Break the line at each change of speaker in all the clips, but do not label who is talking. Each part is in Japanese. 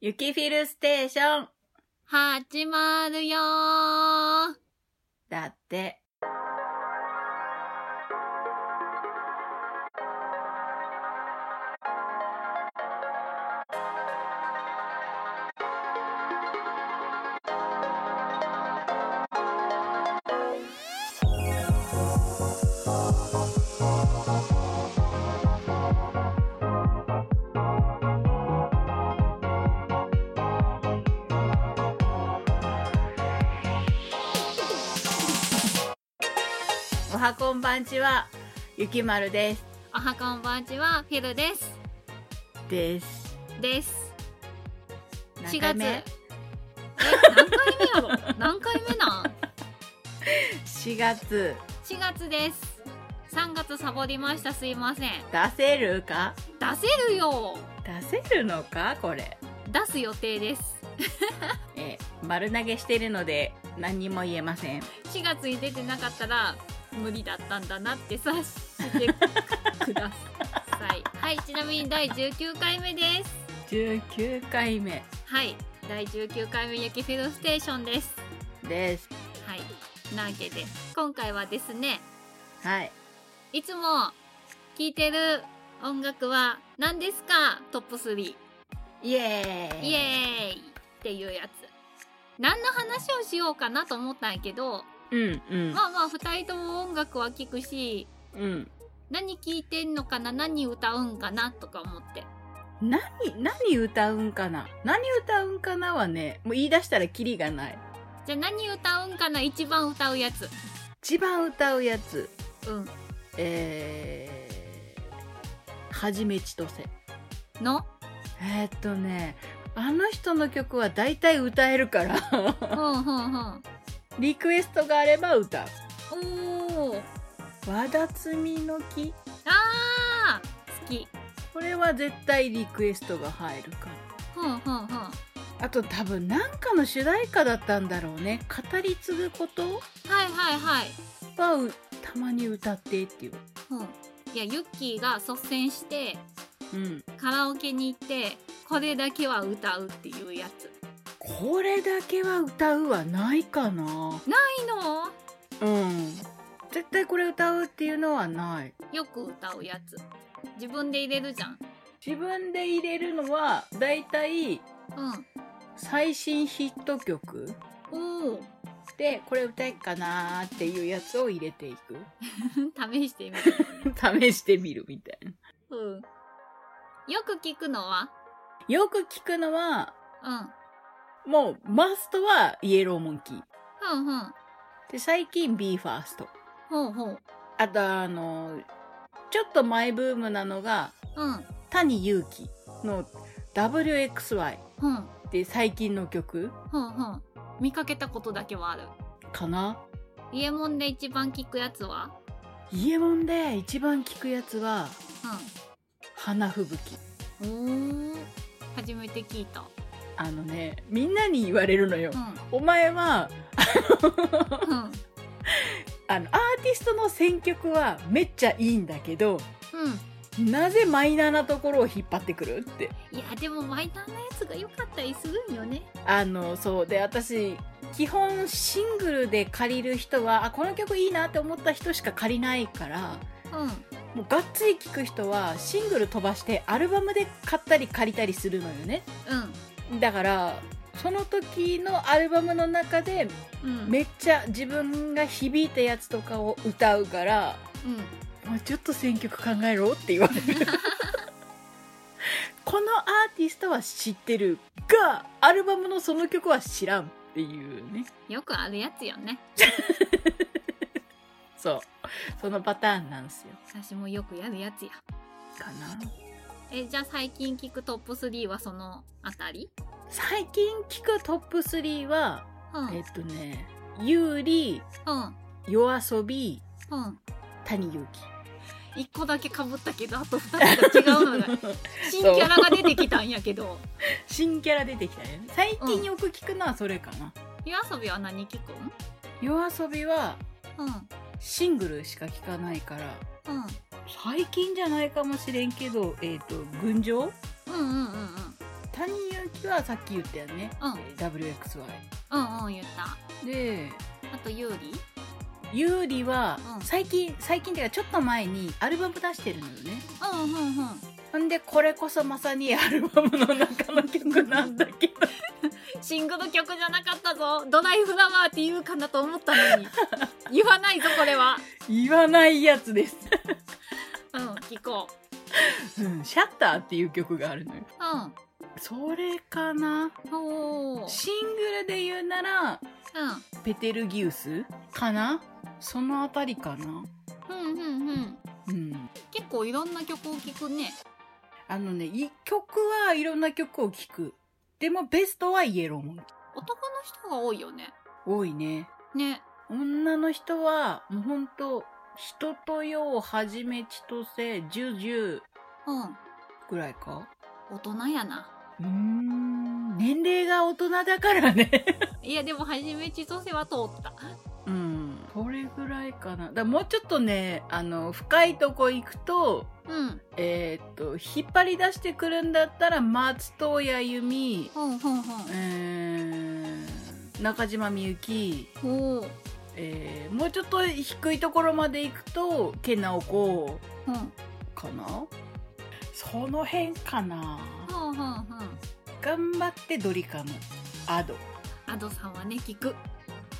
雪フィルステーション
始まるよー
だって。おはこんばんちは、ゆきまるです。
おはこんばんちは、フィルです。
です。
です。
何回目
4え、何回目 やろ何回目なん
?4 月、
?4 月です。3月サボりました、すいません。
出せるか
出せるよ
出せるのかこれ。
出す予定です。
え、丸投げしてるので、何にも言えません。
4月に出てなかったら、無理だったんだなって察してくださ い。はい、ちなみに第19回目です。
19回目
はい、第19回目雪フィルステーションです。
です。
はい、なわけで今回はですね
はい。
いつも聴いてる音楽は何ですかトップ3
イエーイ
イエーイっていうやつ何の話をしようかなと思ったんやけど
うんうん。
まあまあ2人とも音楽は聴くし
うん。
何聴いてんのかな何歌うんかなとか思って
何、何歌うんかな何歌うんかなはね、もう言い出したらキリがない。
じゃあ何歌うんかな一番歌うやつ
一番歌うやつ。
うん
えー、はじめちとせ。
の
えーっとね、あの人の曲は大体歌えるから
う、んうん
リクエストがあれば歌う。
うんおー
わだつみの木
あー好き
これは絶対リクエストが入るから。
ふんふんふん
あと多分なんかの主題歌だったんだろうね。語り継ぐこと
はいはいはい。
はうたまに歌ってっていう。
うん。いや、ユッキーが率先して
うん。
カラオケに行って、これだけは歌うっていうやつ。
これだけは歌うはないかな。
いいの
うん。絶対これ歌うっていうのはない。
よく歌うやつ。自分で入れるじゃん。
自分で入れるのはだいたい最新ヒット曲
うん。おお。
でこれ歌えっかなーっていうやつを入れていく
試してみる。
試してみるみたいな
うん。よく聞くのは
よく聞くのは
うん。
もうマストはイエローモンキー
ふんふん。
で最近 b ファースト
ほうほう。
あとあのちょっとマイブームなのが
うん。
谷祐希の WXY
ほん。
で最近の曲
ほんほん。見かけたことだけはある。
かな
家門で一番聞くやつは
イエモンで一番聞くやつは花吹雪
うん。おー。初めて聞いた。
あのねみんなに言われるのよ
うん。
お前は
うん。
あのアーティストの選曲はめっちゃいいんだけど
うん。
なぜマイナーなところを引っ張ってくるって
いやでもマイナーなやつが良かったりするんよね
あのそうで私基本シングルで借りる人はあこの曲いいなって思った人しか借りないから
うん
もうがっつり聴く人はシングル飛ばしてアルバムで買ったり借りたりするのよねだからその時のアルバムの中で
うんうん
めっちゃ自分が響いたやつとかを歌うから
うん
もうちょっと選曲考えろって言わ れるこのアーティストは知ってるがアルバムのその曲は知らんっていうね
よくあるやつよね
そうそのパターンなんですよ
私もよくやるやつや
かな
えじゃあ最近聞くトップ3はそのあたり
最近聞くトップ3は
うんう
え
ん
っとね優里夜遊び
うん
谷祐
1個だけかぶったけどあと2つが違 うのが
希
新キャラが出てきたんやけど
新キャラ出てきたよね最近よく聞くのはそれかな、
夜遊びは何聞くん
夜遊びは
うん
シングルしか聞かないから
うん
最近じゃないかもしれんけど、えっ、と、群青
うんうんうんうん
谷井ゆきはさっき言ったよね、
うん
WXY
うんうん言った
で
あと有利
ユーリは
うん
最近、最近っていうかちょっと前にアルバム出してるのよね
うんうんうん
ほんでこれこそまさに アルバムの中の曲なんだけど
シングル曲じゃなかったぞドライフラワーって言うかなと思ったのに 言わないぞこれは
言わないやつです、
うん聞こう
うん、シャッターっていう曲があるのよ
う
それかなん
おー
シングルで言うならペテルギウスかなそのあたりかな
うんうんうん
う
うん
ん
結構いろんな曲を聞くね
あのねい曲はいろんな曲を聴くでもベストはイエローモンキー
男の人が多いよね
多いね
ね
女の人はもうほんと人と世をはじめ千歳十十
うん
ぐらいか
大人やな
うーん年齢が大人だからね
いやでもはじめ千歳は通った
うんこれぐらいかなだからもうちょっとねあの深いとこ行くと
うん
えーっと引っ張り出してくるんだったら松任谷由実、
ほんほん
えー中島みゆき、
ほんおー
えーもうちょっと低いところまで行くと健直子
うんは
かなその辺かな
あはあは
頑張ってドリカムアド
あアドさんはね聞く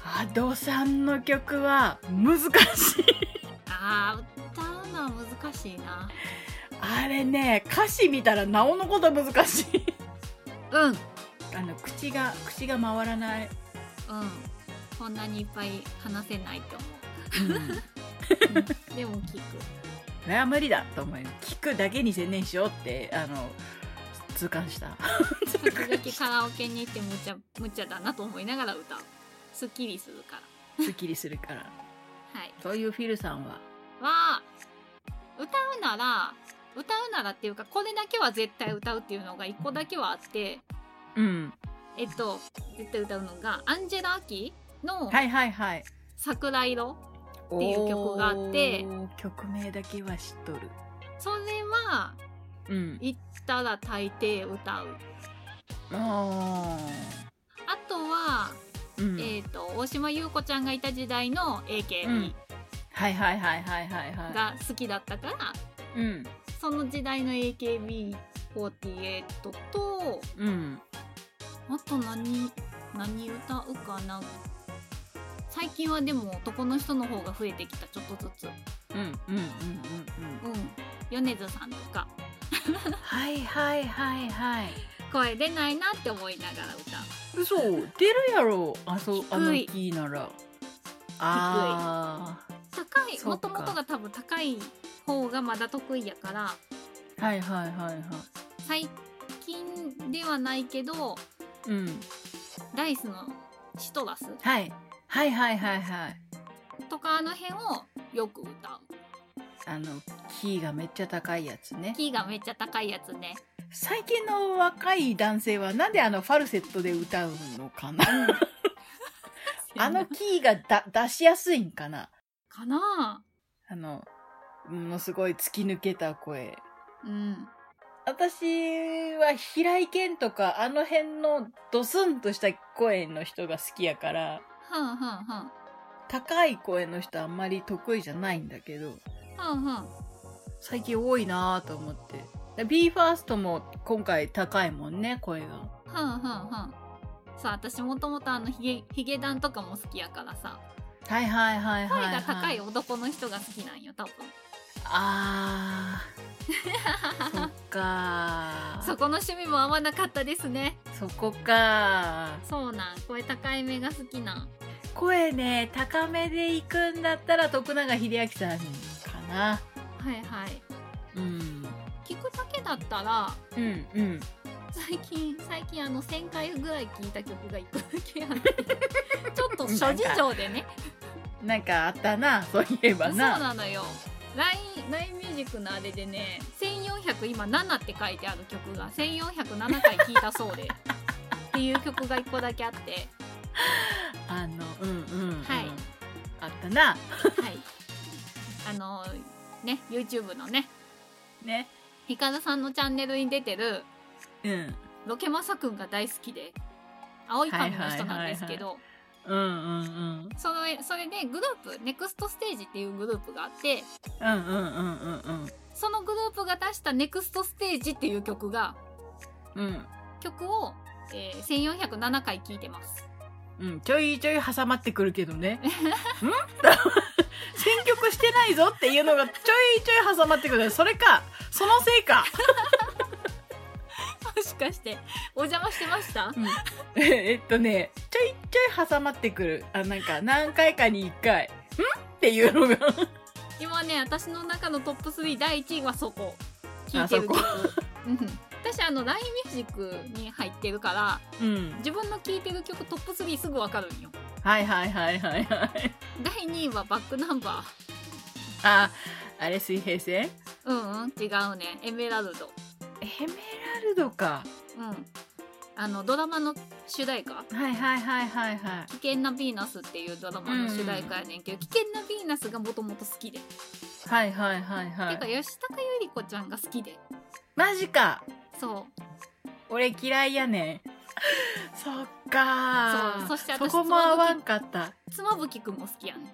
アドさんの曲は難しい
あー歌うのは難しいな
あれね歌詞見たらなおのこと難しい
うん
あの口が口が回らない、
うん、こんなにいっぱい話せないと思
うん、
う。でも聞く。
これは無理だと思い聞くだけに専念しようってあの痛感 した痛
時
感
々
した
カラオケに行って無茶無茶だなと思いながら歌う。すっきりするか
すっきりするから
ら。はい。
そういうフィルさんは
は、歌うなら、歌うならっていうか、これだけは絶対歌うっていうのが一個だけはあって、
うん
えっと、絶対歌うのが、アンジェラ・アキの
はいはいはい
桜色。っていう曲があって
おー曲名だけは知っとる
それは、
うん
行ったら大抵歌う。
あ
あとは、
ーうん
えっ、と、大島優子ちゃんがいた時代の AKB。
うんはいはいはいはいはいはい
が好きだったから、
うん
その時代の AKB48 と
うん
あと何何歌うかな最近はでも男の人の方が増えてきたちょっとずつうん
うんうんうんうんうん
米津さんとか
はいはいはいはい
声出ないなって思いながら歌う
嘘出るやろあそ
低い
あのキーならあ
高い
そ
も
うか
ともとが多分高い方がまだ得意やから
ーはいはいはいはい
最近ではないけど
うん
ダイスのシトラス
はいはいはいはいはい
とかあの辺をよく歌う
あのキーがめっちゃ高いやつね
キーがめっちゃ高いやつね
最近の若い男性はなんであのファルセットで歌うのかなあのキーがだ出しやすいんかな
かな
あのものすごい突き抜けた声
うん。
私は平井堅とかあの辺のドスンとした声の人が好きやから
はんはんはん。
高い声の人あんまり得意じゃないんだけど
はんはん。
最近多いなぁと思ってで BE:FIRST も今回高いもんね声が
はんはんはん。さあ、私もともとあのヒゲ、ヒゲダンとかも好きやからさ、
はいはいはいはい、
声
はい、
が高い男の人が好きなんよ、多分。
あー そっか
そこの趣味も合わなかったですね。
そこか
そうなん、声高い目が好きなん。
声ね高めでいくんだったら徳永英明さんかな
はいはい。
うん
聞くだけだったら、
うんうん
最近、最近あの1000回ぐらい聞いた曲が一個だけあ って、ちょっと諸事情でね。
なんかあったなそういえば
そう
な
なのよ LINE, LINE ミュージックのあれでね1400今7って書いてある曲が1407回聴いた そうでっていう曲が1個だけあって
あのうんうん、うん、
はい
あったな
はいあのね YouTube のね
ね
ヒカルさんのチャンネルに出てる
うん
ロケマサくんが大好きで青い髪の人なんですけど、
うんうんうん
そのそれでグループネクストステージっていうグループがあって
うんうんうんうんうん
そのグループが出した「ネクストステージっていう曲が
うん
曲を、えー1407回聴いてます
うん、ちょいちょい挟まってくるけど ね。ん 選曲してないぞっていうのがちょいちょい挟まってくる。それか、そのせいか。
もしかしてお邪魔してました
うん えっとね、ちょいちょい挟まってくる。あ、なんか何回かに1回。んっていうのが。
今ね私の中のトップ3第1位はそこ聴いてる曲
あ
うん私あの LINE ミュージックに入ってるから
うん。
自分の聴いてる曲トップ3すぐ分かるんよ
はいはいはいはいはい。
第2位はバックナンバー
あ、あれ水平線
うんうん違うねエメラルド
エメラルドか。
うんあのドラマの主題歌
はいはいはいはいはい
「危険なヴィーナス」っていうドラマの主題歌やねんけど、危険なヴィーナスがもともと好きで、。
はいはいはいは
てか
い。
吉高由里子ちゃんが好きで
マジか。
そう
俺嫌いやねん。 そっか
そうそして私
こも合わんかった。
妻夫木くんも好きやねん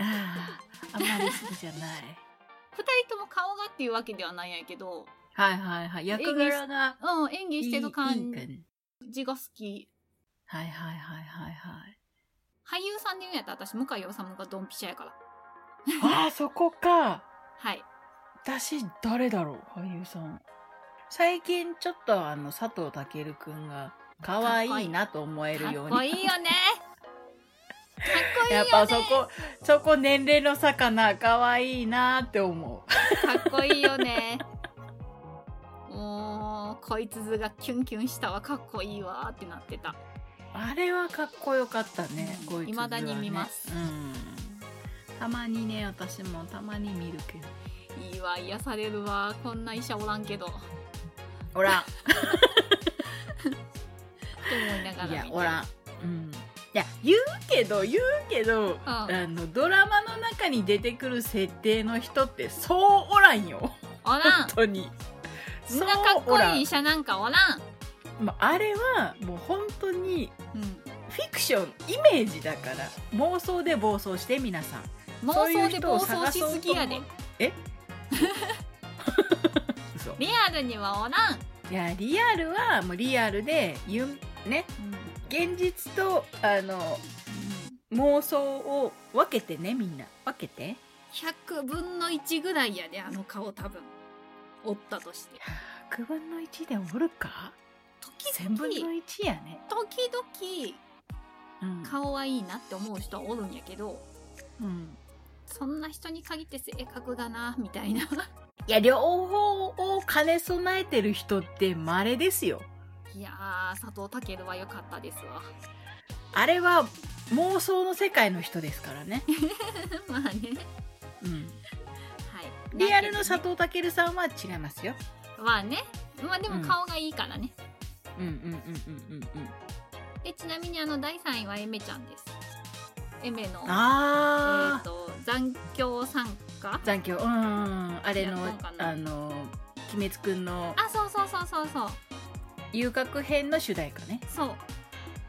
ああ、あまり好きじゃ ない。
2人とも顔がっていうわけではないんやけど、
はいはいはい。役柄が
うん、演
い
技
い
してる感
いいかね
じが好き
はいはいはいはいはい。
俳優さんで言うんやったら私向井理がドンピシャやから
ああ、そこか。
はい
私、誰だろう俳優さん。最近ちょっとあの、佐藤健くんが、可愛いなと思え
か
る
っ
ように。
こいいよねかっこいいよ
やっ
ね
ぱそこ、そこ年齢の差かな。可愛いなって思う。
かっこいいよねもうこいつがキュンキュンしたわかっこいいわってなってた
あれはかっこよかったね。
うん
こいつ
未だに見ます
うん。たまにね、私もたまに見るけど。
いいわ癒されるわこんな医者おらんけどと
おらん。
思いながら見
い
て
やおらん、うん、いや言うけど言うけど、あのドラマの中に出てくる設定の人ってそうおら んよ
おらん
本当に
みんなかっ
そうお
こ
らん
いい医者なんかおらん
まああれはもう本当に
うん
フィクションイメージだから妄想で暴走して皆さん
妄
そういう
想で
人を
暴
探
走し
そう
す
と思
ぎ
う
やで
え 嘘
リアルにはおらん、
いやリアルはもうリアルでゆんね現実とあの妄想を分けてねみんな分けて
100分の1ぐらいやであの顔多分おったとして
100分の1でおるか
時
1000
々
分の
時
1やね、
々
うん
顔はいいなって思う人はおるんやけど
うん
そんな人に限って性格だなみた いな
いや両方を兼ね備えてる人って稀ですよ
いやー佐藤健は良かったですわ
あれは妄想の世界の人ですからね、
まあね
うん、
はい
リアルの
だ
佐
け
藤健さんは違いますよ
どねまあねまあで
う
も
ん
顔がいいからね、
うんうんうんうんうんうん
でちなみにあの第3位はエメちゃんですエメのえー
あ、ー
と残響参加
残響うんうんあれの
やっとんかな
あの鬼滅くんの
あそうそうそうそうそう
遊郭編の主題歌ね
そう
はい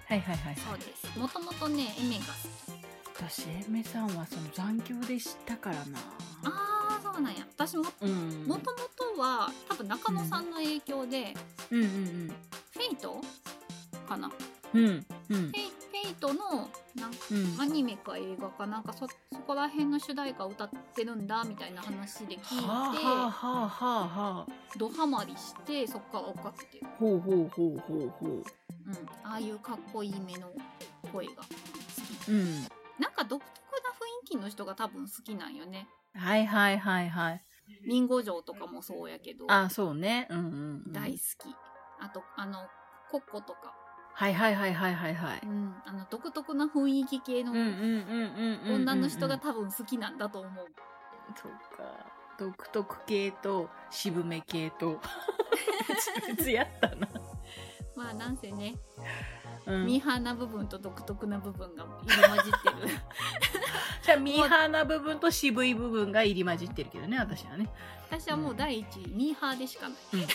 はいはい
そうですもともとねエメが好き
私エメさんはその残響で知ったからな
ああそうなんや私も
うん
もともとは多分中野さんの影響で、
うんうん
フェイトかなフ
うんうんうん
ェイフェイトのなんか
うん
アニメか映画かなんかそそこら辺の主題歌を歌ってるんだみたいな話で聞いて、
はあはあはあはあはあ
ドハマりしてそこから追っかけてる、
ほうほうほうほうほ
うん、ああいうかっこいい目の声が好
う
き
うん
なんか独特な雰囲気の人が多分好きなんよね
はいはいはいはい
リンゴ城とかもそうやけど
あそうねうんうん、うん、
大好きあとあのコッコとか、
はいはいはいはいはいはい
うん、あの独特な雰囲気系の
うんうんうんうんうんうん
女の人
う
が
ん
多分好きなんだと思う、
そうか独特系と渋め系 と別々やったな、
まあなんせね、
うん、
ミーハーな部分と独特な部分が入り混じっ てる
じゃあミーハーな部分と渋い部分が入り混じってるけどね私はね
私はもう第一位ミーハーでしかない、
うん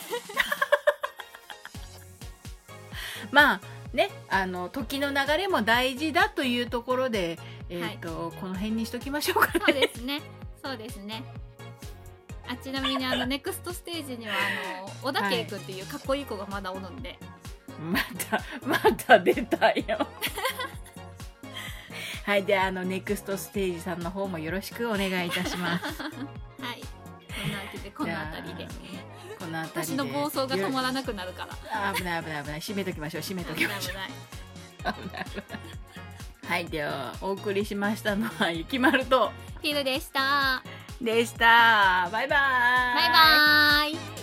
まあねあの時の流れも大事だというところで、えーとこの辺にしときましょうか
そうですね。そうですね。あちなみにあ のネクストステージにはあの小田圭君っていうかっこいい子がまだおるんで、
またまた出たよ はいであのネクストステージさんの方もよろしくお願いいたします
はい。こんなわけでこの辺りで
じゃあこの辺り
私
で
の暴走が止まらなくなるから。
あ危ない危ない危ない締めときましょう締めとき
危な
ま
い
しょ
危ない。
う危ない危ないはいではお送りしましたのはゆきまると
ヒルでした。
でしたバイバーイ
バイバーイ。